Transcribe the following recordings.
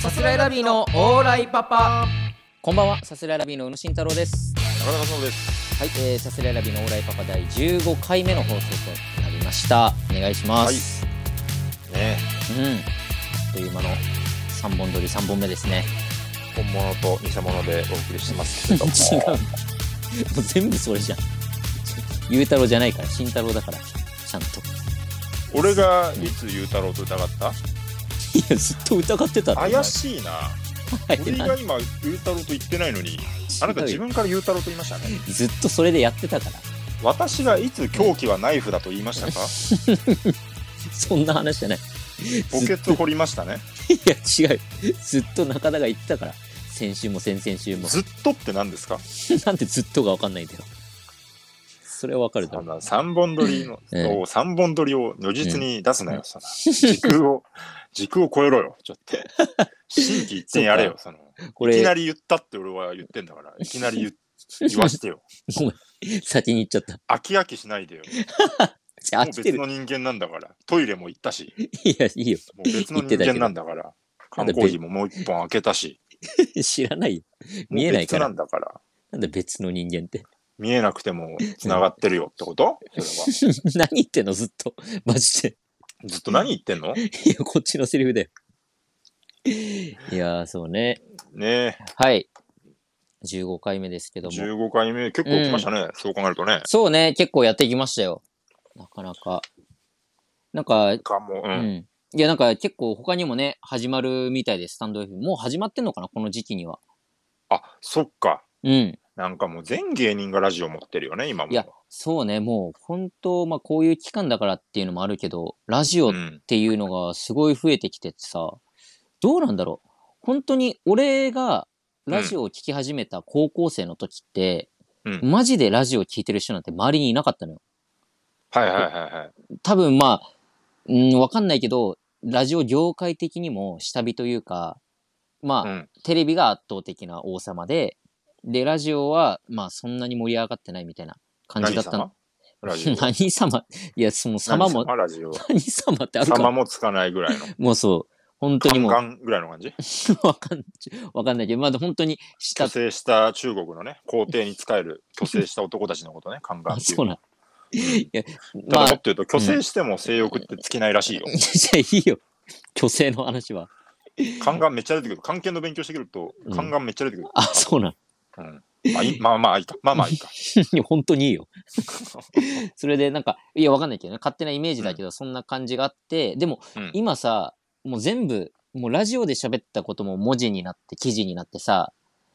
さすらいラビーのオーライパパこんばんは、さすらいラビーの宇野慎太郎です。中田そうです。はい、えー、さすらいラビーのオーライパパ第15回目の放送となりました。お願いします。ね、うん。あっという間の3本撮り3本目ですね。本物と偽物でお送りしてますけれ 違ども。う。もう全部それじゃん。ゆうたろうじゃないから、慎太郎だから、ちゃんと。俺がいつ雄太郎と疑っいや、ずっと疑ってたた？怪しい な。い俺が今雄太郎と言ってないのに、あなた自分から雄太郎と言いましたね。ずっとそれでやってたから。私がいつ凶器はナイフだと言いましたか？ そんな話じゃない。ポケット掘りましたね。いや、違う。ずっと中田が言ってたから。先週も先々週 も。ずっとって何ですか？なんでずっとがわかんないんだよ。それはわかるだそろん。な三本撮りのええお三本撮りを如実に出すなよ。そんな時空を時空を超えろよ。ちょっ と新規一点やれよ。そのこいきなれ、り言ったって俺は言ってんだ から、いきなり言っ言わしてよ。先に行っちゃった。飽き飽きしないでよ。じゃあもう 飽き別てる。の人間なんだから。トイレも行ったし、いや、いいよ。もう別の人間なんだから。缶コーヒーももう一本開けたし、知らないよ。もう見えない別かなら。んだから。なんで別の人間って。 見えなくても繋がってるよってことそれは。何言ってんのずっと。マジで。ずっと何言ってんのいや、こっちのセリフだよ。いやー、そうね。ねはい。15回目ですけえ、ども。 15回目、結構来ましたね。そう考えるとね。そうね、結構やってきましたよ。なかなか。なんか、かも、う。うんん。いや、なんか結構他にもね、始まるみたいです、スタンド F。もう始まってんのかなこの時期には。あ、そっか。うん。なんかもう全芸人がラジオ持ってるよね、今も。いや、そうね、もう本当、まあこういう期間だからっていうのもあるけど、ラジオうっん。ていうのがすごい増えてきててさ、どうなんだろう。本当に俺がラジオを聞き始めた高校生の時って、うんマジでラジオ聞いてる人なんて周りにいなかったのよ。はいはいはいはい。多分まあ、うん、わかんないけど、ラジオ業界的にも下火というか、まあ、うんテレビが圧倒的な王様で、で、ラジオは、まあ、そんなに盛り上がってないみたいな感じだったの。ラジオ。何様いや、その 様も、ラジオ。何様ってある様かもつかないぐらいの。もうそう、本当にもガンガンぐらいの感じう、 わかん、わかんないけど、まだ本当に下虚、勢した中国のね、皇帝に仕える虚勢した男たちのことね、カンガンあ、っていそうう。なん。いや、たまだもあっと、言うと、虚勢しても性欲って尽きないらしいよ。 じゃあいいよ。虚勢の話は。カンガンめっちゃ出てくる。関係の勉強してくるとうん、カンガンめっちゃ出てくる。あ、そうなん。うんまあいいまあまあいいか。まあまあいいか。いや 本当にいいよ。それでなんか、いや、わかんないけどね、勝手なイメージだけど、そんな感じがあって、でも、うん今さ、もう全部、もうラジオで喋ったことも文字になって、記事になってさ、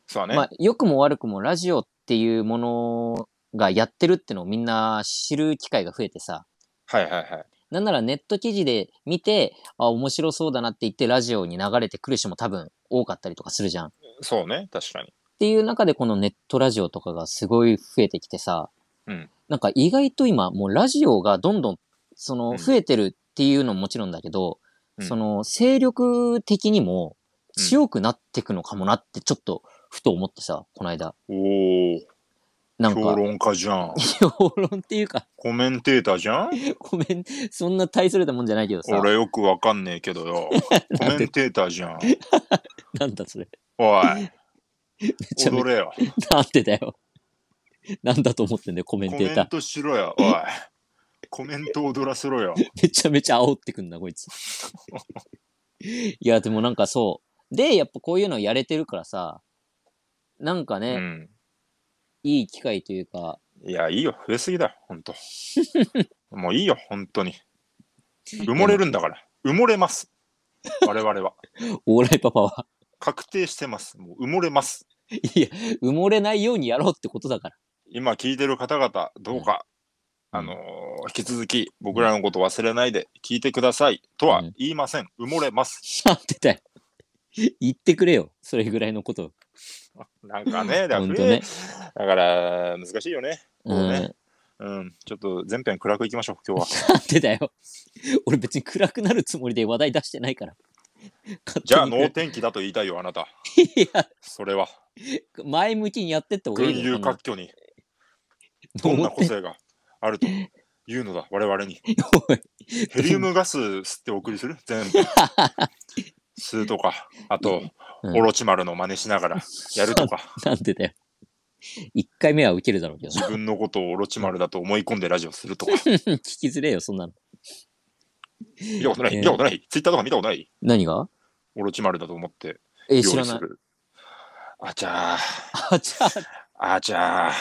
そうだまね。あ、良くも悪くもラジオっていうものがやってるってのをみんな知る機会が増えてさ、はいはいはい。なんならネット記事で見て、あ、面白そうだなって言って、ラジオに流れてくる人も多分多かったりとかするじゃん。っそうね、確かに。ていう中で、このネットラジオとかがすごい増えてきてさ、うん。なんか意外と今、もうラジオがどんどん、その、うん増えてるっていうのももちろんだけど、うんその、勢力的にもうん強くなってくのかもなって、ちょっと、ふと思ってさ、この間。おお、なんか、評評論家じゃん。論っていうか、 コメンテーターじゃんごめん、そんな大それたもんじゃないけ どさ、俺よくわかんねえけど よ。コメンテーターじゃん。なんだそれ。 おい、めちゃめ踊ちれよ。ゃ、なんでだよ。なんだと思ってんだよ、コメンコテメーンター。トしろ よ、おい。コメント踊らせろよ。めちゃめちゃ煽ってくんな、こいつ。いや、でもなんかそう。で、やっぱこういうのやれてるからさ、なんかね、うん。いい機会というか、いや、いいよ。増えすぎだよ、ほ んと。もういいよ、ほんとに。埋もれるんだから。埋もれます。我々は。オーライパパは、確定してます。もう埋もれます。いや、埋もれないようにやろうってことだから。今聞いてる方々、どうか、うんあのー引き続き僕らのこと忘れないで聞いてくださいとはうん言いません。埋もれます。 なんてだよ。言ってくれよ、それぐらいのこと。なんか ね、だからほん増とえねだから難しいよね。うそん、うなねうん、ちょっと全編暗くいきましょう、今日は。んてだよ。俺別に暗くなるつもりで話題出してないから。勝手にじゃあ、能天気だと言いたいよ、あなた。いや、それは、前向きにやってった方がい群いよ雄こんな割拠にどんな 個能天性があるというのだ、我々に。気おいヘリウムガス吸ってお送りする全部。吸うとか、あと、うんオロチマルの真似しながらやるとか、なんでだよ。1回目は受けるだろうけど自な。分のことをオロチマルだと思い込んでラジオするとか、聞きづれえよ、そんなの。見たことない、えー見たことない、ツイッターとか見たことない、何がオロチマルだと思ってえ、料知理らすない。 る。あちゃー、あ、じゃあ、あちゃ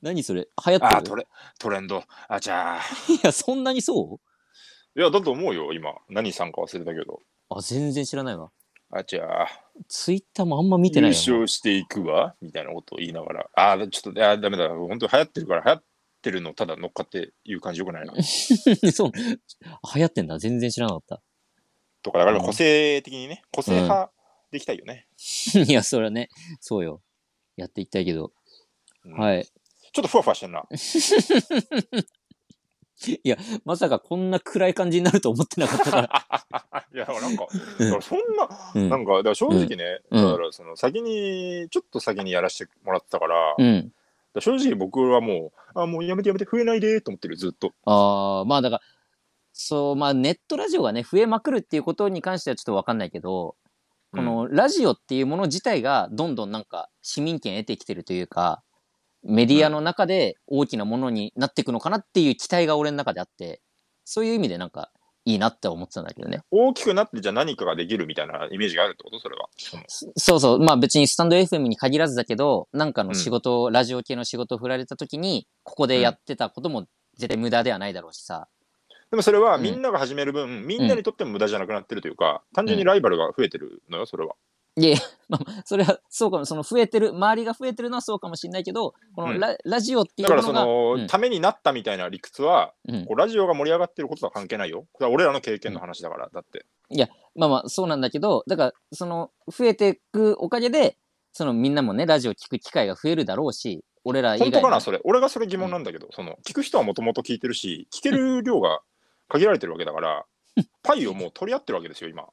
何それ流行ー、あっーてトるレトレンド、あちゃー。いや、そんなにそいや、だと思うよ、今。何さんか忘れたけど。うあ、全然知らないわ。あちゃー。ツイッターもあんま見てない優よな。勝していくわみたいなことを言いながら、ああ、ちょっと、あーダメだ、本当に流行ってるから、流行ってるのをただ乗っかって言う感じよくない な。 そう。流行ってんだ。全然知らなかっとか、だから個性的にね、個性派できたいよね。た。 いや、それはね、そうよ。やっていきたいけど。うんはい。ちょっとふわふわしてんな。 まさかこんな暗い感じになると思ってなかった から。いや、なんか、うんだからそんな、うんなんか、だから正直ね、うんだからその先に、ちょっと先にやらせてもらってたから、だかうん。ら正直僕はもう、あーもうやめてやめて、増えないでと思ってる、ずっと。ああ、まあだから、そう、まあネットラジオがね、増えまくるっていうことに関してはちょっとわかんないけど、こうん、のラジオっていうもの自体がどんどんなんか市民権得てきてるというか、メディアの中で大きなものになっていくのかなっていう期待が俺の中であって、そういう意味でなんかいいなって思ってたんだけどね。大きくなって、じゃあ何かができるみたいなイメージがあるってことそれは。そそうそう、まあ別にスタンド FM に限らずだけど、なんかの仕事を、ラジオ系の仕事を振られた時に、ここでやってたことも絶対無駄ではないだろうしさ。でもそれはうんみんなが始める分、みんなにとっても無駄じゃなくなってるというか、単純にライバルが増えてるのよ、それは。いやいや、まあ、それはそうかも、その増えてる、周りが増えてるのはそうかもしれないけど、このラ,、ラジオっていだうからものそが、の、うんためになったみたいな理屈は、うんこうラジオが盛り上がってることとは関係ないよ。これは俺らの経験の話だから、だって。まあまあそうなんだけど、だからその増えていくおかげで、そのみんなもね、ラジオ聞く機会が増えるだろうし、俺ら以本外当かのな、それ。俺がそれ疑問なんだけど、その、聞く人はもともと聞いてるし、聞ける量が限られてるわけだから、パイをもう取り合ってるわけですよ、 今。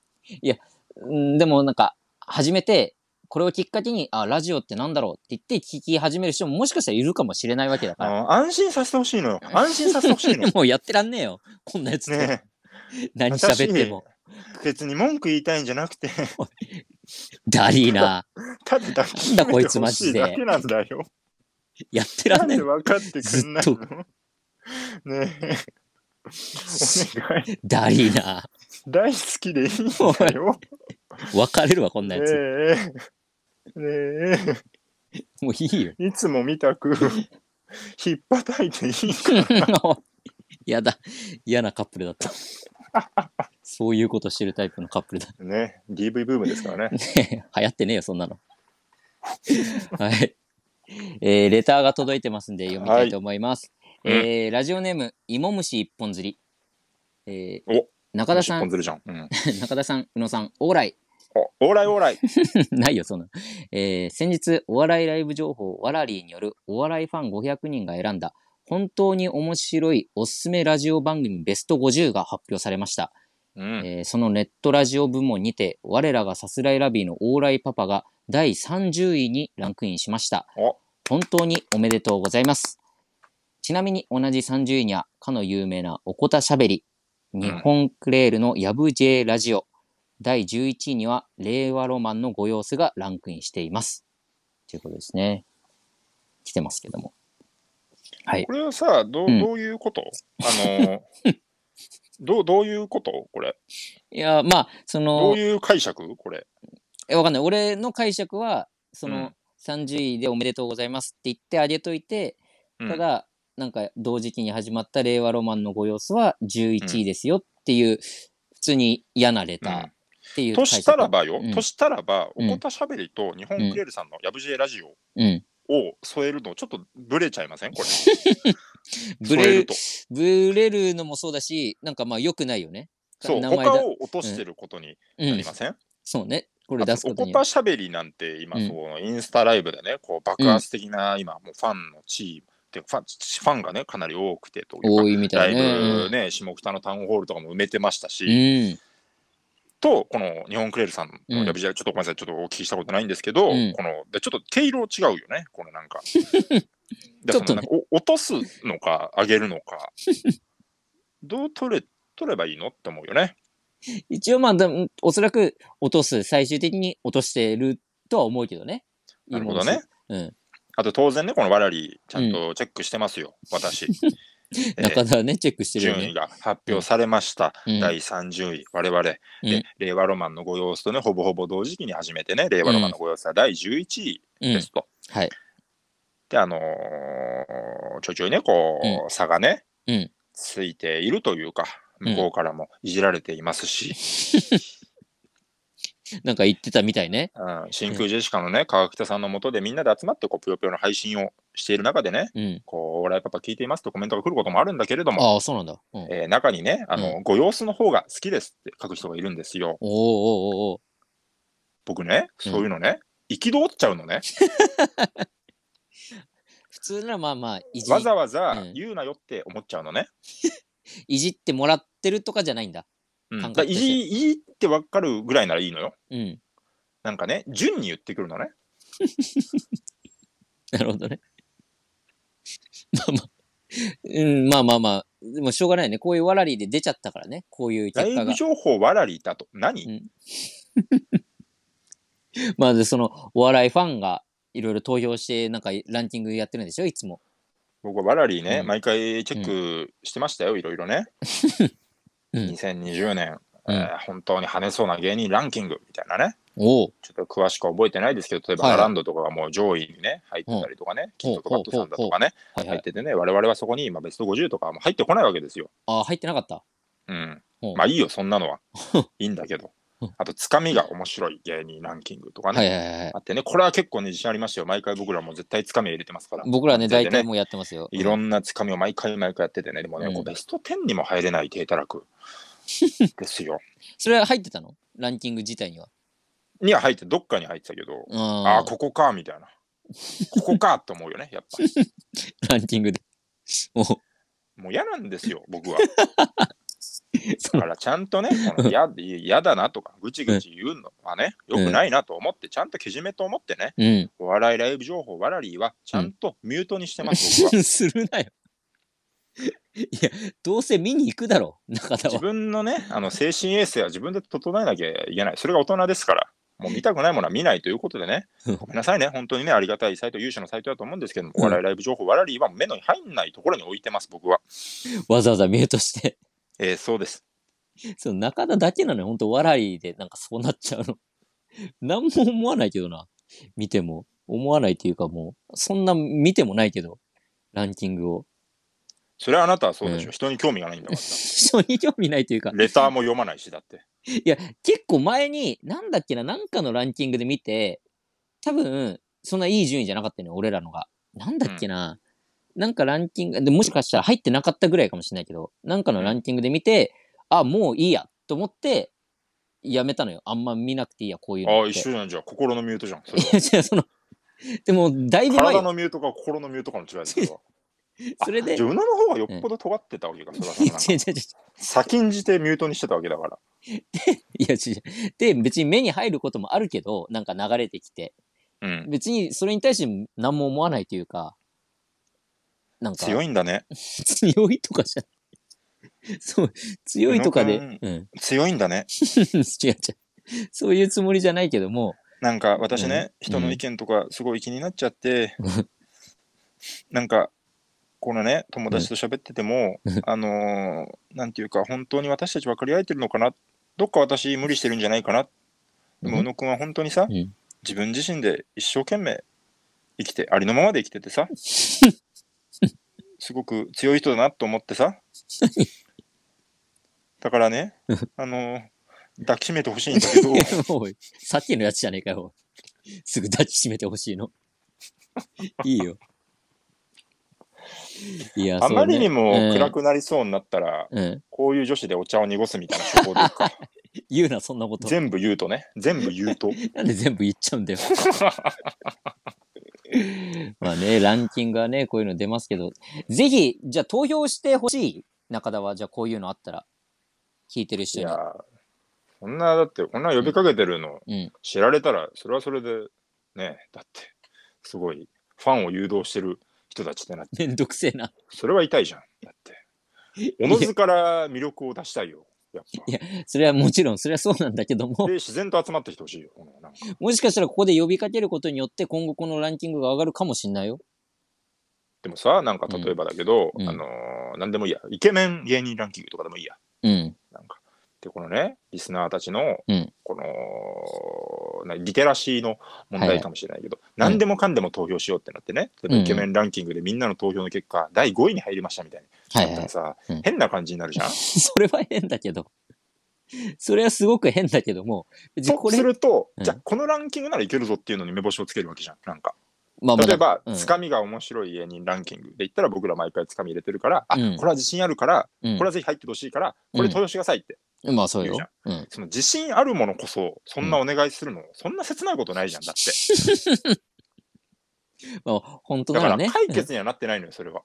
うん、でもなんか、初めて、これをきっかけに、あ、ラジオってなんだろうって言って聞き始める人ももしかしたらいるかもしれないわけだから。。あー安心させてほしいのよ。安心させてほしいの もうやってらんねえよ。こんなやつと、ね何喋っても。え、別に文句言いたいんじゃなくて、ダリーな。ただ抱きしなんだこめいてつほマしジいでだけなんだよ。やってらんねえ。分かってくんないのずねえ、お願い。ダリーな。大好きでいいんだよ。別れるわ、こん なやつ。え。ねもういいよ。え、いつも見たく、ひっぱたいていい。 やだ。嫌なカップルだった。そういうことしてるタイプのカップルだ。 ね DV ブームですからね。ね流行ってね えよ、そんなの。はい。えーレターが届いてますんで読みたいと思いまはす。いえーラジオネーム、芋虫一本釣り。えーお中田さ一本ん、ずるじゃん。うん、 中田さん、宇野さん、オーライ。おオーライオーライ。 ないよ、そんなの。えー先日、お笑いライブ情報、ワラリーによるお笑いファン500人が選んだ、本当に面白いおすすめラジオ番組ベスト50が発表されました。うん、えーそのネットラジオ部門にて、我らがさすらいラビーのオーライパパが第30位にランクインしましたお。本当におめでとうございます。ちなみに同じ30位には、かの有名なおこたしゃべり、日本クレールのやぶ J ラジオ、第11位には、令和ロマンのご様子がランクインしています。ということですね。来てますけども。はいこ。れはさ、どううんどういうこと、あのー どう、どういうことこれ。いや、まあ、その。どういう解釈これ。え、わかんない。俺の解釈は、その、うん30位でおめでとうございますって言ってあげといて、うんただ、なんか同時期に始まった令和ロマンのご様子は11位ですよっていう、普通に嫌なレターっていうと解釈。したらばよ、うんとしたらば、うんおこたしゃべりと日本クレールさんのやぶじえラジオうん。を添えるの、ちょっとブレちゃいませんこれ。 ブ添えレるると。、ブレるのもそうだし、なんかまあ良くないよね。そう、名前だ他を落としてることにうなんり。ません、そうね。これあ出すとこおとこによたる。しゃべりなんて今、うんそのインスタライブでね、こう爆発的な今、もうファンの地位ってファン、ファンがね、かなり多くてというか多いみたラいイブね。ね、下北のタウンホールとかも埋めてましたし、うん。と、この日本クレールさんのやぶじゃ、ちょっとごめんなさい、ちょっとお聞きしたことないんですけど、うんこのでちょっと毛色違うよね、このなん か。ちょっとねだからそのなんかお落とすのか、上げるのか、どう取れ取ればいいのって思うよね。一応まあ、でもおそらく落とす、最終的に落としてるとは思うけどね。いないるもほのどですね。。うん。あと当然ね、このわらり、ちゃんとチェックしてますよ、 私。えー中田はね、チェックしてるよ順ね位。が発表されました。うん第30位、我々、でうん令和ロマンのご様子とね、ほぼほぼ同時期に始めてね、令和ロマンのご様子は第11位うでんす。と。はい。で、あのーちょいちょいね、こう、差がね、うんついているというか、向こうからもいじられていますし、なんか言ってたみたいね。うん真空ジェシカのね、川北さんのもとでみんなで集まって、こう、ぷよぷよの配信をしている中でね、うん。こう、お笑いパパ聞いていますとコメントが来ることもあるんだけれども、ああ、そうなんだ。うん、おーえー中にね、あの、ご様子の方が好きですって書く人がいるんですよ。おーおーおー僕ね、そういうのね、憤っちゃうのね。普通ならまあまあいじわ、ざわざうん言うなよって思っちゃうのね。いじってもらってるとかじゃないんだ。うん、感だか覚らといしてじいいってわかるぐらいならいいのよ。うん。なんかね、順に言ってくるのね。なるほどね。 まあまあ。うん、まあまあまあ。でもしょうがないね。こういうわらりで出ちゃったからね。こういうラ結イ果ブが。情報わらりだと何、うんまあで、その、お笑いファンがいろいろ投票して、なんかランキングやってるんでしょいつも。僕はわらりね、うん毎回チェックしてましたよ、いろいろね。 うん2020年、うんえー本当に跳ねそうな芸人ランキングみたいなね。おお。ちょっと詳しくは覚えてないですけど、例えばはいアランドとかがもう上位にね、入ってたりとかね、キッドとかットさんだとかね、はいは入っい。ててね、我々はそこに今ベスト50とかはもう入ってこないわけですよ。ああ、入ってなかった。うんほう。まあいいよ、そんなの は。いいんだけどほう。あと、つかみが面白い芸人ランキングとかね。はいはいはいはい。あってね、これは結構ね、自信ありましたよ。毎回僕らも絶対つかみ入れてますから。僕らはね、全大然体もうやってますよ。いろんなつかみを毎回毎回やっててね、でもね、うんこうベスト10にも入れない低たら くですよ。それは入ってたのランキング自体には。には入って、どっかに入ってたけど、うん。ああ、ここか、みたいな。ここかと思うよね、やっぱ り。ランキングで。もう、もう嫌なんですよ、僕は。 そだのからちゃんとね、この嫌嫌だなとか、ぐちぐち言うのはね、よくないなと思って、ちゃんとけじめと思ってね、うん。お笑いライブ情報、わらりーはちゃんとミュートにしてます、僕は。するなよ。いや、どうせ見に行くだろう、中田自は。分のね、あの精神衛生は自分で整えなきゃいけない。それが大人ですから。もう見たくないものは見ないということでね、うんごめんなさいね、本当にね、ありがたいサイト、優秀なサイトだと思うんですけども、うんお笑いライブ情報、わらりーは目の入んないところに置いてます、僕は。わざわざミュートして。えーそうです。その中田だけなのよ、ほんと、笑いでなんかそうなっちゃうの。なんも思わないけどな。見ても。思わないっていうかもう、そんな見てもないけど、ランキングを。それはあなたはそうでしょ、う人に興味がないんだか。、人に興味ないというからレターも読まないし、だ って。結構前に、なんだっけな、なんかのランキングで見て、多分、そんないい順位じゃなかったよね、俺らのが。なんだっけな、なんかランキング、でもしかしたら入ってなかったぐらいかもしれないけど、なんかのランキングで見て、あ、もういいや、と思って、やめたのよ。あんま見なくていいや、こういうのあって。あ、一 緒じゃん、じゃあ、心のミュートじゃん。それはいや、違う、その、でも、だ いぶ前体よ、のミュートか心のミュートかの違いです よ。それで、違自う分の方がよっぽど尖ってたわけか、それは そんなの違う違う。先んじてミュートにしてたわけだから。いや、違う。で、別に目に入ることもあるけど、なんか流れてきて。うん。別に、それに対して何も思わないというか、なんか、強いんだね。強いとかじゃない。そう、強いとかで、宇野うん。 強いんだね。違う違う。そういうつもりじゃないけども、なんか私ね、うん人の意見とかすごい気になっちゃって、なんか、このね、友達と喋ってても、あのーなんていうか、本当に私たち分かり合えてるのかな、どっか私無理してるんじゃないかな。でも、うん宇野くんは本当にさ、うん自分自身で一生懸命生きて、ありのままで生きててさ、 すごく強い人だなと思って さ、だからね、あのー抱きしめてほしいんだけどい、やもうさっきのやつじゃねえかよ。すぐ抱きしめてほしいの。いいよ。いや、あまりにそうねも暗く、くなりそうになったら、うん。こういう女子でお茶を濁すみ たいな手法でいくか。言うな、そんなこと。全部言うとね。全部言う と。なんで全部言っち ゃうんだよ。まあね、ランキングはね、こういうの出ますけど、ぜひ、じゃあ投票してほしい中田は、じゃあこういうのあったら、聞いてるい人にや。ー、こんな、だって、こんな呼びかけてるのうん。知られたら、それはそれで、ね、だって、すごい、ファンを誘導してる人たちってなって、めんどくせえな。 それは痛いじゃん。だって。おのずから魅力を出したいよ。やっいやそれはもちろん、それはそうなんだけどぱ。もで、、自然と集まってきてほしいよ。このなんかもしかしたらここで呼びかけることによって、今後このランキングが上がるかもしんないよ。でもさ、なんか例えばだけど、うんあのーなんでもいいや。イケメン芸人ランキングとかでもいいや。うん。なんか。で、このね、リスナーたちの、うんこの、なリテラシーの問題かもしれないけど、何でもかんでも投票しようってなってね、例えばイケメンランキングでみんなの投票の結果、第5位に入りましたみたいにはいなったはらい。さ、うん変な感じになるじ ゃん。それは変だけど。それはすごく変だけども。別にとこすれ、ると、うんじゃあこのランキングならいけるぞっていうのに目星をつけるわけじゃん。なんか。まあまあ例えば、うんつかみが面白い芸人ランキングで言ったら僕ら毎回つかみ入れてるから、あうんこれは自信あるから、うんこれはぜひ入ってほしいから、これ投票してくださいって、まあそうよ言う。うん。その自信あるものこそ、そんなお願いするの、そんな切ないことないじゃん、だって。まあ、本当だなかららね。解決にはなってないのよ、それは。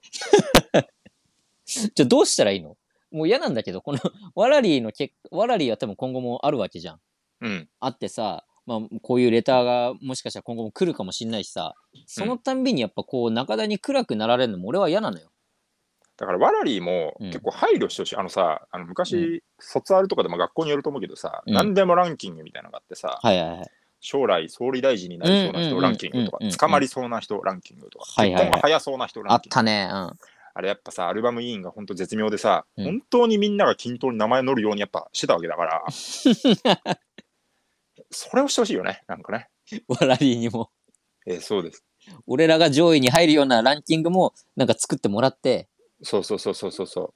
じゃあどうしたらいいのもう嫌なんだけど、この、 ワラリーの結果、ワラリーは多分今後もあるわけじゃん。うん。あってさ、まあ、こういうレターがもしかしたら今後も来るかもしんないしさ、そのたんびにやっぱこう、中田に暗くなられるのも俺は嫌なのよ。だから、わらりもうん結構配慮してほしい。あのさ、あの昔、う卒アルとかでも学校によると思うけどさ、うん何でもランキングみたいなのがあってさ、はいはいはい。将来総理大臣になりそうなうんうんうんう人んランキングとかうんうん、捕まりそうな人ランキングとか、はい結はいはい婚が早そうな人あランっキング。たね。うん。あれやっぱさ、アルバム委員が本当絶妙でさ、うん本当にみんなが均等に名前乗るようにやっぱしてたわけだから、 それをしてほしいよね、なんかね。ワラリーにも。えーそうです。俺らが上位に入るようなランキングもなんか作ってもらって、そうそうそうそうそうそ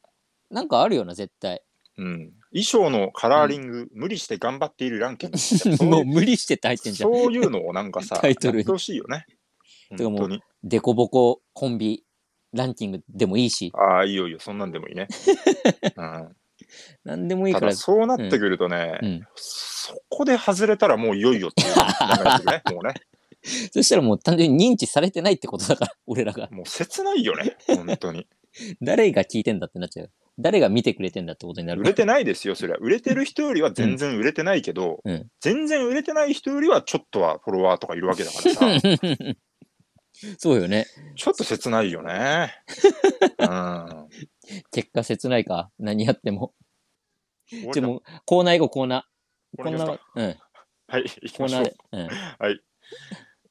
なんかあるよな、絶対。う。うん。衣装のカラーリング、無理して頑張っているランキン グもう無理してって入ってんじゃん。そういうのをなんかさ、 タイトルにやってほしいよね。 てか本もう当に。デコボココンビランキングでもいいし、ああ、いいよいいよ、そんなんでもいい ね。うん、なんでもいいたからだ、。そうなってくるとね、うん、そこで外れたらもういよいよっていう流れ ですね、もうね。そしたらもう単純に認知されてないってことだから、 俺らが。もう切ないよね、本当に。誰が聞いてんだってなっちゃう。誰が見てくれてんだってことになる売かられてないですよ、それは。売れてる人よりは全然売れてないけど、うん全然売れてない人よりはちょっとはフォロワーとかいるわけだから さ、そうよね。ちょっと切ないよ ね。うん。結果切ないか。何やっても。ででもも、コーナー行こう、コーナー。コーナー行きますコーナーはうん。はい、行きコまーしナょうーで。。うん。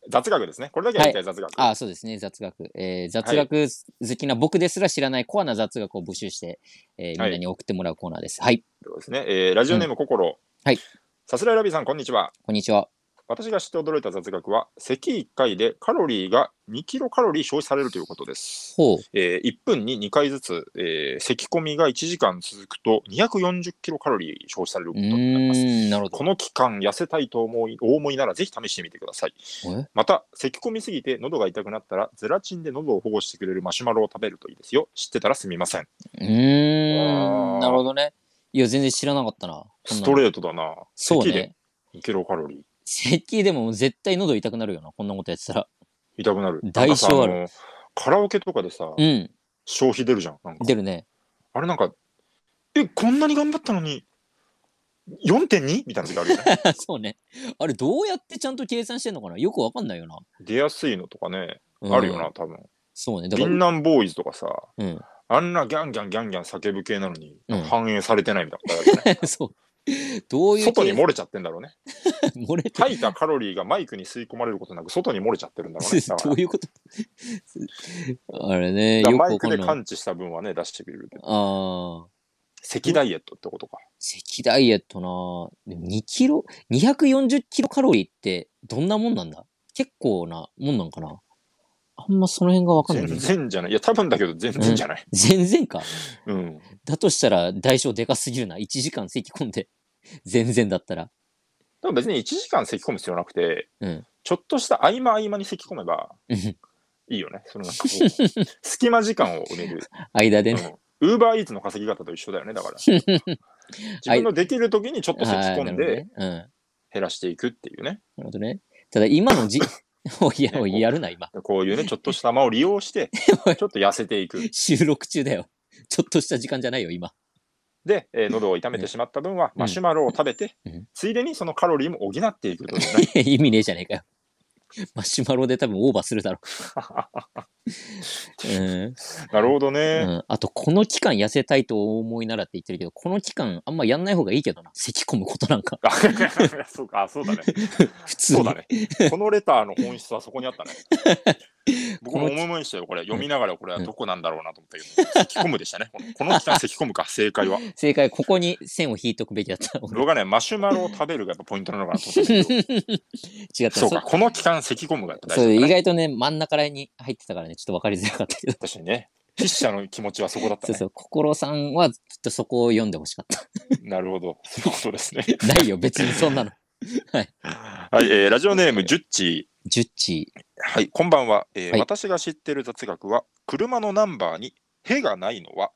雑学ですね。これだけは一回雑学。ああ、そうですね、雑学。えー雑学好きな僕ですら知らないコアな雑学を募集して、えーはいみんなに送ってもらうコーナーです。はい、そうですね。えーラジオネーム心、はい。さすらいラビーさん、こんにちは。こんにちは。私が知って驚いた雑学は、咳1回でカロリーが2キロカロリー消費されるということです。ほう。えー1分に2回ずつ、えー、咳込みが1時間続くと240キロカロリー消費されるうことになります。ーん、なるほこど。の期間痩せたいと思い、お思いならぜひ試してみてくださいえ。また、咳込みすぎて喉が痛くなったら、ゼラチンで喉を保護してくれるマシュマロを食べるといいですよ。知ってたらすみません。うーん、なるほどね。いや、全然知らなかったな。ストート。レートだな。そう咳でね。 2キロカロリー。咳でも絶対喉痛くなるよな、こんなことやってたら。痛くなる。代償あるなんかさのカラオケとかでさ、うん、消費出るじゃん。なんか出るね。 あれなんか、え、こんなに頑張ったのに、4.2? みたいな時あるよね。 そうね。あれ、どうやってちゃんと計算してんのかなよくわかんないよな。出やすいのとかね、うんあるよな、。多分。そうね。だか銀ら、杏ボーイズとかさ、うん。あんなギャンギャンギャンギャン叫ぶ系なのに、うん反映されてないみたいなことあるよね、 そう。どういう外に計漏れちゃってんだろうね。算漏れてる吐いたカロリーがマイクに吸い込まれることなく、外に漏れちゃってるんだろ うね。だかどらういうことあれね、だからマイよくわかクんなでい。感知した分はね、出してくれるけど。ああ、咳ダイエットってことか。赤ダイエットな。でも2キロ、240キロカロリーってどんなもんなんだ結構なもんなんかなあんまその辺がわかんない全んだけど。然じゃない。いや、多分だけど全然じゃない。全然か。うん。だとしたら代償でかすぎるな。1時間咳込んで。全然だったら。でも別に1時間咳込む必要なくて、うん ちょっとした合間合間に咳込めばうんいいよね。そのなんかこう 隙間時間を埋める。間でね。ウーバーイーツの稼ぎ方と一緒だよね、だ から。自分のできる時にちょっと咳ああー、な込るんほどでね。うん。な減らしていくっていうね。るほどね。ただ今のじ、 おいや、おいやるな、今。こういう ね、ちょっとした間を利用して、ちょっと痩せていく。収録中だよ。ちょっとした時間じゃないよ、今。 で、えー喉を痛めてしまった分はマシュマロを食べてうん、 ついでにそのカロリーも補っていくというね。意味ねえじゃねえかよ。マシュマロで多分オーバーするだ ろう。うんなるほどうね。ん、あと、この期間痩せたいとお思いならって言ってるけど、この期間あんまやんない方がいいけどな。咳込むことなんか、あそうか、あそうだね。普通にそうだね。 このレターの本質はそこにあったね。僕も思いましたよ、これ。読みながらこれはどこなんだろうなと思ったけど、咳込むでしたね。このこの期間咳込 むか、正解は。正解、ここに線を引いとくべきだった。僕はね、マシュマロを食べるがやっぱポイントなのかなと思 ったんだけ違っど、た。そうか、この期間咳込むがやっぱそ大事だう意ね。外とね、真ん中らへんに入ってたからね、ちょっと分かりづらかったけど。確かにね。筆者の気持ちはそこだった そうね。そう、心さんはきっとそこを読んでほし かっなるほど。そういうことですね。た。ないよ、別にそんなの。はい、えーラジオネーム、ジュッチー。ジュッチはい、こんばんは、えーはい私が知ってる雑学は、車のナンバーに「へ」がないのは、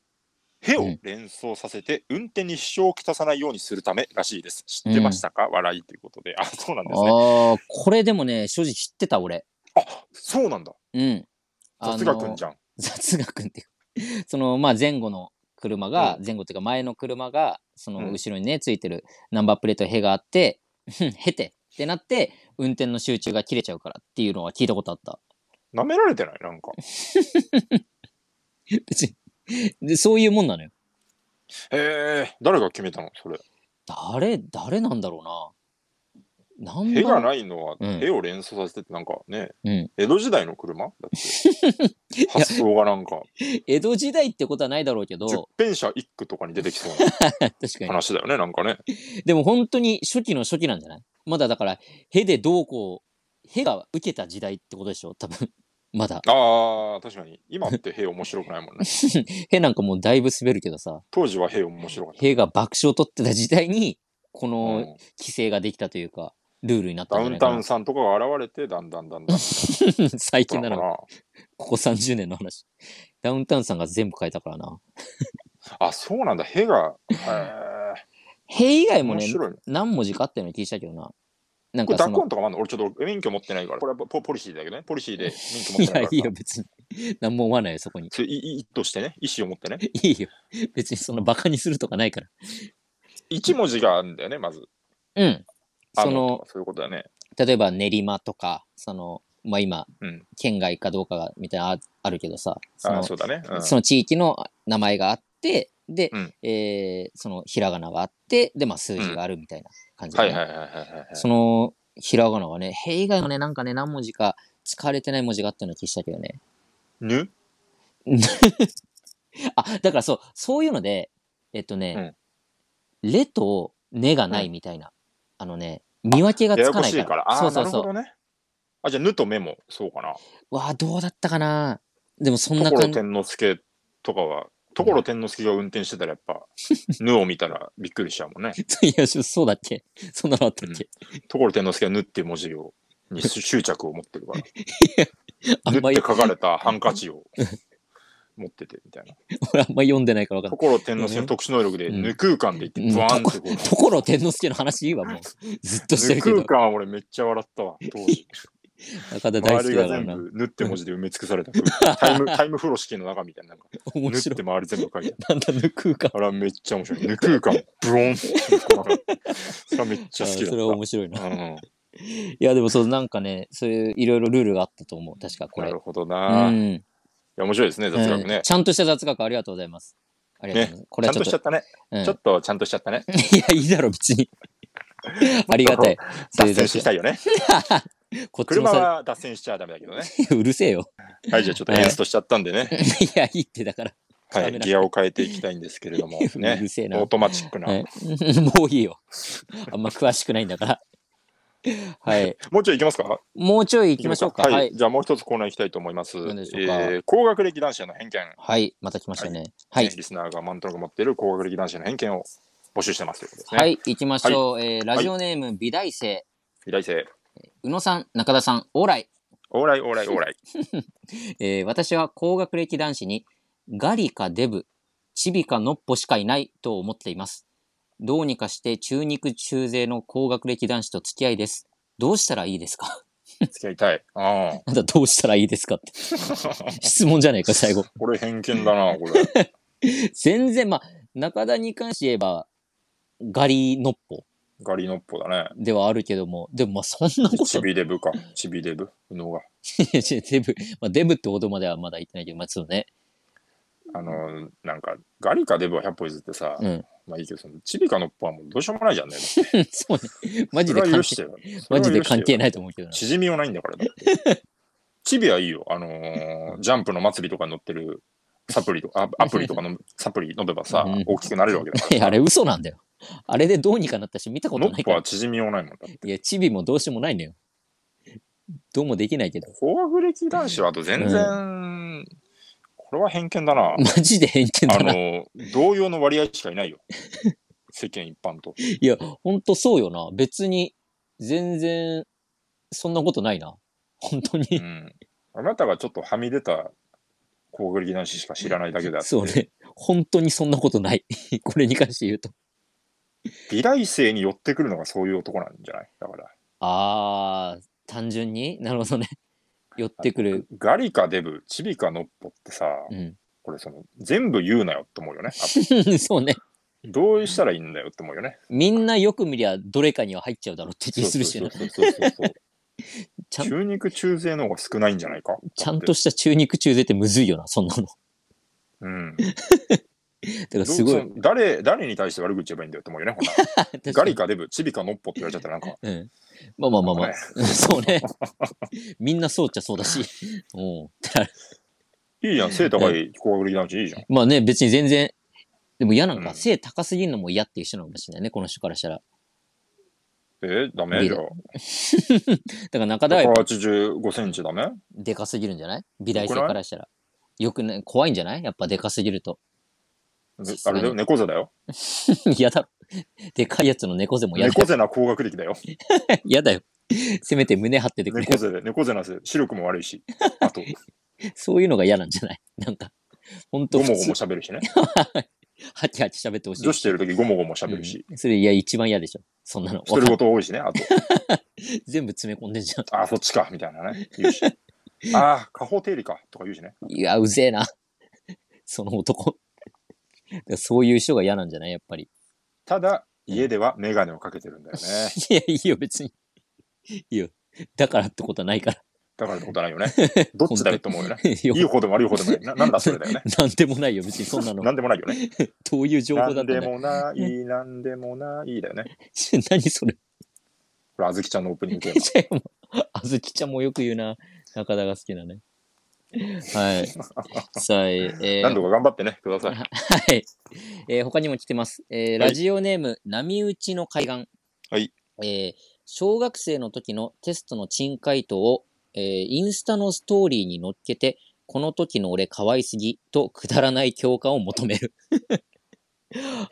へうをん連想させて、運転に支障をきたさないようにするためらしいです。知ってましたか、笑いということで。あ、そうなんー。ですね。ああ、これでもね、正直知ってた、俺。あ、そうなんだ。うん。あの雑学んじゃん。雑学っていうかそのまあ前後の車が、前後っていうか前の車がそのうん後ろにねついてるナンバープレートへがあって 「ふんへて」ってなって運転の集中が切れちゃうからっていうのは聞いたことあったなめられてないなんか。別にでそういうもんなのよへえ、誰が決めたのそれ。誰誰なんだろうななんへがだないのは、うんへを連想させてって、なんかね、うん江戸時代の車だって。 発想がなんか、江戸時代ってことはないだろうけ十ど返者一句とかに出てきそう 確なか話だよね、なんかね。にでも本当に初期の初期なんじゃないまだだから「へ」でどうこう「へ」が受けた時代ってことでしょ多分 まだああ、確かに。今ってへ面白くないも んね。 「へ」なんかもうだいぶ滑るけどさ当時はへ面白かった。兵が爆笑を取ってた時代にこうのん規制ができたというかルールになったダんじウンゃないタかウなンさんとかが現れて、だんだんだんだん。 最近ななのらかこなこ30年の話ダウンタウンさんが全部変えたからなあ、そうなんだ。へが、へー兵以外も面ね白いね。何文字かあったように聞いたけどななんこれかダそコのンとかもあんの俺ちょっと免許持ってないから。これはポポリシーだけどね。ポリ シーで免許持いってなやいから。いいよ別に何も思わないよそこに そういい意図してね、意思を持ってね。いいよ別にそのバカにするとかないから一文字があるんだよね、まず。うんあそのとかそういうことだね。例えば練馬とかそのまあ今、うん県外かどうかがみたいなのああるけどさそあのそうだね。うんその地域の名前があって、で、うんえーそのひらがながあって、で、まあ、数字があるみたいな感じではね、いはいはいはいはい。そのひらがなはね、へ以外のね、なんかね、何文字か使われてない文字があったような気したけどね。ぬあ、だからそう、そういうので、えっとね、レとねがないみたいな、あのね、見分けがやつやかこなしいいか。からら。あそあうー、なそうるほそう。どね。あ、じゃあ、ぬとメモ、そうかな。わあ、どうだったかなでもそんな所感じ。天之助とかは、所天之助が運転してたらやっぱ、 ぬを見たらびっくりしちゃうもんね。いや、そうだっけそんなのあったっけ、所天之助はぬっていう文字を、に執執着を持ってるから。 あぬんっまてり書、かれたハンカチを持っててみたいな。 俺あんま読んでないから分かんない。所天之助の特殊能力で、うんぬ空間で言って、うんブワーンってこう。ところ天之助の話いいわ、もう。ずっとしてぬるけ空ど。間は俺めっちゃ笑ったわ、当 時。中田大好周きりだがから全な。部ぬって文字で埋め尽くされた空間。タ イム、タイム風呂式の中みたいな、なんか、面ぬって白い。周り全部書いてある。なんだ、ぬ空間。あら、めっちゃ面白い。ぬ空間、ブロンってこ う。それはめっちゃあ好きだった。それは面白いな。うんいや、でもそう、なんかね、そういういろいろルールがあったと思う。確かこなれ。るほどうな、いん。や面白いですね、雑学うねん。ちゃんとした雑学ありがとうございます。ありがとうございます。こちれゃんはちとょっしちゃとったね。うん。ちょっとちゃんとしちゃったね。いや、いいだろ、別 に。ありがたい。脱線していきたいよね。こっちも車さ、は脱線しちゃダメだけどね。 うるせえよ。 はい、じゃあちょっとエンストしちゃったんでね。いや、いいって、だから。はダい、メだギアを変えていきたいんですけれど もうねる。せえオなー。トマチックな。はい もういいよ。あんま詳しくないんだから。はい。もうちょい行きますかもうちょい行きましょうか。行きまははいい。。じゃあもう一つコーナー行きたいと思います。え何でしょうかー高学歴男子への偏見。はい。また来ましたね。はいね。リスナーが満となく持っている高学歴男子への偏見を募集してますということですね。はい。行きましょう。えーラジオネーム、美大生。依頼生。宇野さん、中田さん、オーライ。オーライオーライオーライ。えー私は高学歴男子に、ガリかデブ、チビかノッポしかいないと思っています。どうにかして中肉中背の高学歴男子と付き合いです。どうしたらいいですか 付き合いたい。ああ。なんだ、どうしたらいいです かって。質問じゃないか、最後。これ偏見だな、これ。全然、まあ、中田に関して言えば、ガリノッポガリノッポだね。ではあるけども、でもまあそんなこチと、ビデブか。チビデブ。のが。デブ、まあデブってほどまではまだ言ってないけど、まあそうね。あの、なんか、ガリかデブは100歩譲ってさ、うん。 まあいいけど、そのチビかノッポはもうどうしようもないじゃんね。そうね。 マジそでれは関許し係て、よ。。マジで関係ないいと思うけどな。縮みはないんだからだって。 チビはいいよ。あのージャンプの祭りとかに載ってるサプリとか、あアプリとかのサプリ飲めばさうん、大きくなれるわけだからいやさ。あれ嘘なんだよ。あれでどうにかなったし、見たことノないッかポらは。縮みようないもんだって。いや、チビもどうしようもないのよ。どうもできないけど。 高学歴男子はあと全然、これは偏見だな。マジで偏見あだな。の、同様の割合しかいないよ。世間一般と。いや、ほんとそうよな。別に、全然、そんなことないな。本当うに。ん。あなたがちょっとはみ出た高学歴男子しか知らないだけだ。そうね。本当にそんなことない。 これに関して言うと。美大生に寄ってくるのがそういう男なんじゃないだから。あー、単純になるほどね。寄ってくる。ガリかデブ、チビかノッポってさ、うん。 これその、全部言うなよって思うよね。あそうね。どうしたらいいんだよって思うよね。みんなよく見りゃ、どれかには入っちゃうだろうって気するしな。そうそうそうそうちゃん中肉中背の方が少ないんじゃないかちゃんとした中肉中背ってむずいよな、そんなの。うん。だからどうすごいそ。の誰、誰に対して悪口言えばいいんだよって思うよね。ほら確かにガリかデブ、チビかノッポって言われちゃったらなんか、うん。まあまあまあまあ。そ うね。みんなそうっちゃそうだし。うん。いいじゃん、背高い高学歴男子いいじゃん。まあね、別に全然。でも嫌なんか、うん背高すぎるのも嫌っていう人なのかもしれないね、この人からしたら。えー、ダメいいじだゃあ。だから中田はやっぱ185センチダメでかすぎるんじゃない美大生よくないからしたら。よくね、怖いんじゃないやっぱでかすぎると。 ねあれだよ、猫背だよ。嫌だろ。でかいやつの猫背も嫌だ猫よ。背な高学歴だよ。 嫌だよ。せめて胸張っててくれ猫よ。背で、猫背なんですよ。視力も悪い し、あと、そういうのが嫌なんじゃないなんか、ほんとゴモ普ゴ通モ、喋るしね。ハキハキ喋ってほしい女。子といるときゴモゴモ喋るし。うんそれ、いや、一番嫌でしょ。そんなの。独り言多いしね、あと、 全部詰め込んでんじゃん。あ、そっちか、みたいなね。 言うし。ああ、下方定理か、とか言うしね。いや、うぜえな。 その男。 だからそういう人が嫌なんじゃないやっぱり。 ただ、家ではメガネをかけてるんだよね。いや、いいよ、別に。いいよ。だからってことはないから。だからってことはないよ ね。どっちだよって思うよね。いいい方でも悪い方でもない。ななんだそれだよね。なんでもないよ、別に そんなの。なんでもないよね。どういう情な報だんったでんだ よ。もない、なんでもないだよね。何それ。 これ、あずきちゃんのオープニングテーマ。もうあずきちゃんもよく言うな。中田が好きなね。 はい。さあ、 えー何度か頑張ってね、ください。はい。えー他にも来てます。えーはいラジオネーム、波打ちの海岸。はい。えー小学生の時のテストの珍回答を、えーインスタのストーリーに載っけて、この時の俺可愛すぎとくだらない共感を求 める。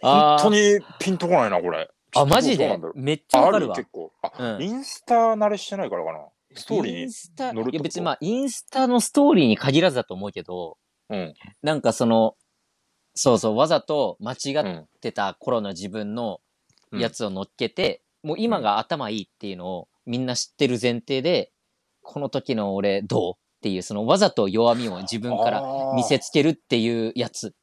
あ本当ーにピンとこないな、これ。あ、マジどうなでんだろうめっちゃわあかるるわ。結構。あ、うんインスタ慣れしてないからかな。ストーイリンー。スタ、い乗るってことや別にまあ、インスタのストーリーに限らずだと思うけど、うん。なんかその、そうそう、わざと間違うっん。てた頃の自分のうんやつを乗っけて、もう今が頭いいっていうのをみんな知ってる前提で、この時の俺どうっていう、そのわざと弱みを自分から見せつけるっていうやつ、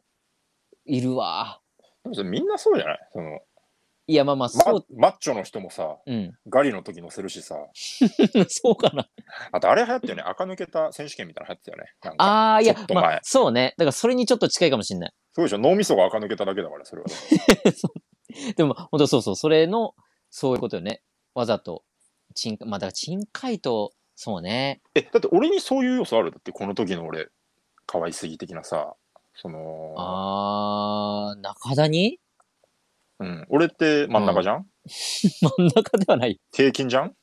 いるあわ。ーでもそれみんなそうじゃないその、いや、まあままあ、そう、マッチョの人もさ、うん。 ガリの時乗せるしさ。そうかな。あと、あれ流行ったよね。垢抜けた選手権みたいなの流行ってたよね。なんかああ、いやちょっ、とま前あ、そうね。だからそれにちょっと近いかもしれない。そうでしょ。脳みそが垢抜けただけだから、それは。でも、本当そうそう、それの、そういうことよね。わざと、ちん、まあ、だから、ちんかいと、そうね。え、だって俺にそういう要素あるだって、この時の俺、可愛すぎ的なさ、その、あー、中田にうん。俺って真ん中じゃん 真ん中ではない。平均じゃん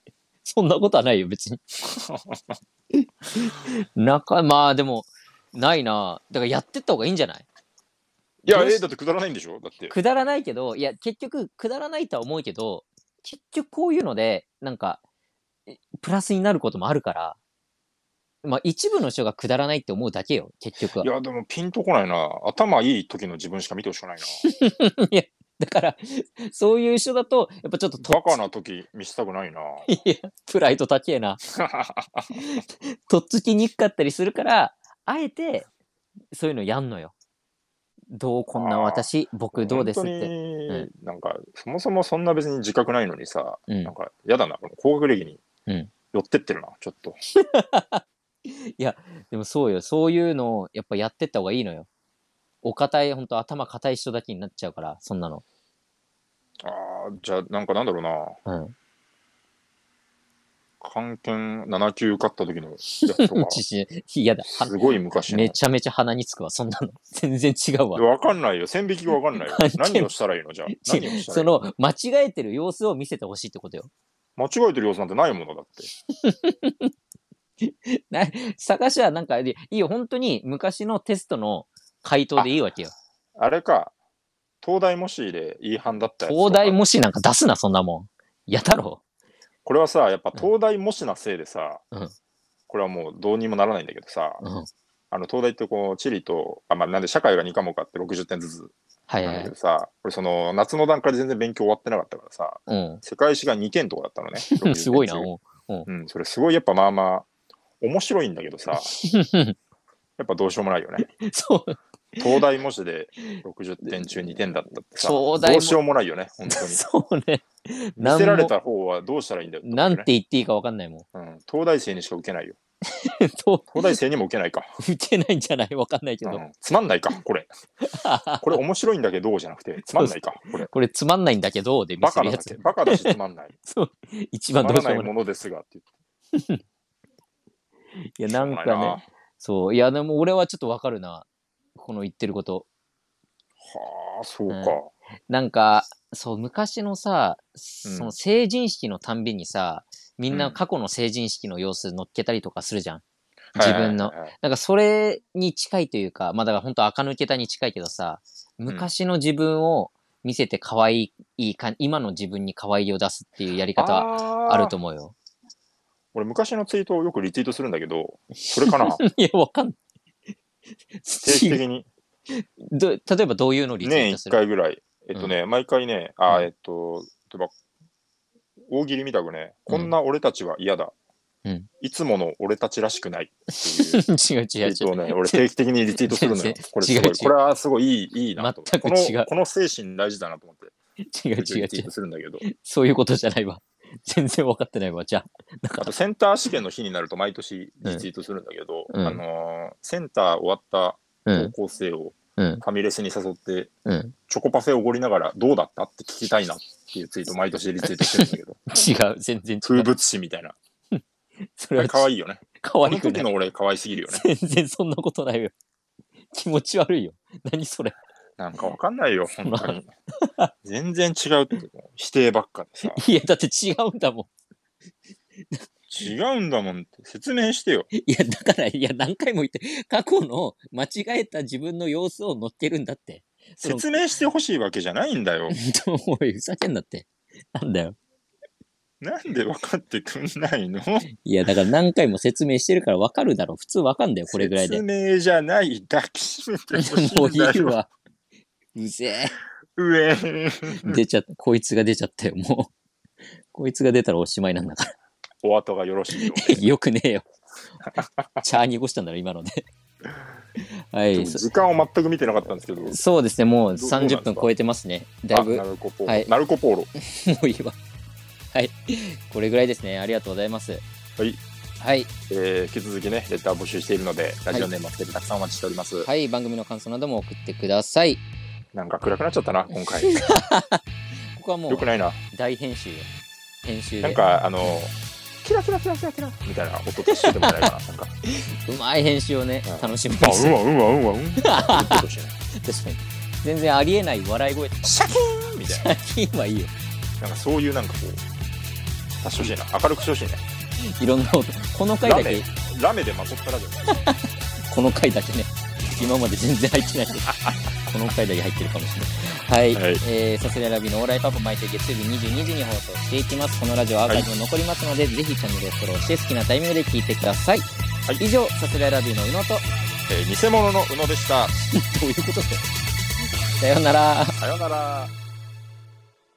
そんなことはないよ、別に。中、まあ、でも、ないな。だから、やってった方がいいんじゃないいや、どうしえだってくだらないんでしょだって。。くだらないけど、いや、結局、くだらないとは思うけど、結局、こういうので、なんか、えプラスになることもあるから、まあ、一部の人がくだらないって思うだけよ、結局はいや、でもピンとこないな。頭いい時の自分しか見てほしく ないな。だから、そういう人だと、やっぱちょっととバっつカな時見せたくないな。いや、プライド高えな。とっつきにくかったりするから、あえて、そういうのやんのよ。どう こんな私、僕どうですっ本て。当にうなんか、そもそもそんな別に自覚ないのにさ、うんなんか、やだな、この高学歴にうん寄ってってるな、ちょっと。でもそうよ、そういうのをやっぱやってった方がいいのよ。お堅い、本当頭固い人だけになっちゃうから、そんなの。ああ、じゃあ、なんかなんだろうな。うん。、関検7級受かった時のやつとか 自信嫌だ。はすごい昔のめ。ちゃめちゃ鼻につくわ、そんなの。全然違う わ。わかんないよ。線引きがわかん ないよ関。係何をしたらいい のじゃあ。何をしたらそいいのの、間違えてる様子を見せてほしいってことよ。間違えてる様子なんてないものだって。探しはなんか、いいよ、本当に昔のテストの回答でいいわけよ。あれか、東大模試で違反だったやつとか。東大模試なんか出すな、そんなもん。やだろ。これはさ、やっぱ東大模試なせいでさ、うんこれはもうどうにもならないんだけどさ、うん。はあの東大ってこう地理とあ、まあ、なんで社会が2科目あって60点ずつないはんだけいど。さ、俺その夏の段階で全然勉強終わってなかったからさう世界史が2点とかだったのねん。 すごいな。 60点中もうん、それすごいやっぱまあまあ面白いんだけど さやっぱどうしようもないよねうそう。東大模試で60点中2点だったってさど東大もうしようもないよね本当に そうね。見せられた方はどうしたらいいんだよってな思んうよてね、言っていいかわかんない もん。うん、東大生にしか受けないよと、東大生にも受けないか、打てないんじゃないわかんないけうど。ん、つまんないかこれこれ面白いんだけどじゃなく てつまんないかこれ これつまんないんだけど、で見バせカなるやだけつ。バカだしつまんないそう。一つま番どうらしよなうい もない。ものですがって言っていや、なんかしょうがいね。そう。いや、でも俺はちょっとわかるな。この言ってること。はあそうか、なんか、そう、昔のさ、その成人式のたんびにさ、みんな過去の成人式の様子乗っけたりとかするじゃん。自分のはいはいはいはいなんかそれに近いというか、まあだから本当垢抜けたに近いけどさ、昔の自分を見せて可愛いか、今の自分に可愛いを出すっていうやり方はああると思う思うよ。俺昔のツイートをよくリツイートするんだけ どそれかないや、わかんない。定期的に ど例えばどういうのリツイー年トす1る、回ぐらいえっとね、毎回ねあーえっと例えば大喜利みたくね、うこんんな俺たちは嫌だ、うんいつもの俺たちらしくないって いう違うツイ違うートをね違う。俺定期的にリツイートするの 違うよこれすごい違うこれはすごいいいいいなと思って全く違うこのこの精神大事だなと思って違うリツイ違う違ーうト。するんだけど そういうことじゃないわ。全然分かってないわ。じゃあ。あとセンター試験の日になると毎年リツイートするんだけど、うんあのーセンター終わったうん。高校生をうんフ。ァミレスに誘って、うんチョコパフェおごりながらどうだったって聞きたいなっていうツイート毎年リツイートしてるんだけ ど違う。全然違風う。物詩みたいなそあれれは可愛いよね可こ愛のく時ない。の俺可愛すぎるよね全然そんなことないよ。気持ち悪いよ。何それ。なんかわかんないよう本当 に全然違うってもう否定ばっかでさいや、だって違うんだもん。違うんだもんって説明してよいや、だから、いや、何回も言って、過去の間違えた自分の様子を乗っけるんだって。その説明してほしいわけじゃないんだよ おい、ふざけんなって。なんだよ。なんで分かってくんない のいや、だから何回も説明してるから分かるだろ。普通分かんだよ、これぐらいで説。明じゃない抱きしめてほし もういんだいいよわ。うぜうえーえ。出ちゃった。こいつが出ちゃったよ、もう。こいつが出たらおしまいなん だから。お後がよろしいよ うでよくねえよ。チャー濁したんだろ、今ので。はい。そ時間を全く見てなかったんですけどそうですね、もうどうなんですか30分超えてますね。だいぶ、あもナルコポーロ、はいナルコポーロういいわ。はい。これぐらいですね。ありがとうございます。はい。はい。えー、引き続きねレター募集しているのでラジオネームをつけてたくさんお待ちしております、はい。番組の感想なども送ってください。なんか暗くなっちゃったな今 回ここはもよくうないな大編集よ。編集で。なんかあのキラキラキラキラキラみたいな音としてでもないかななん かうまい編集をねう、ん楽しみにあしうてんわうんわうんわうんって言ってほしいね確かに。全然ありえない笑い声と か。シャキーンみたい最近はいいよ。ななんかそういうなんかこう出してほしいな明るくしてほしいねいろんな音。この回だけ、ラメでまとったラジオこの回だけね。今まで全然入ってないけ ど。この回だけ入ってるかもしれない。はい。はいえーサスレラビのオーライパパ毎週月曜日22時に放送していきます。このラジオはアーカイブも残りますので、ぜひチャンネルをフォローして好きなタイミングで聞いてください。い以上、サスレラビの宇野と、えー偽物の宇野でした。どういうことだよ。さようなら。さようなら。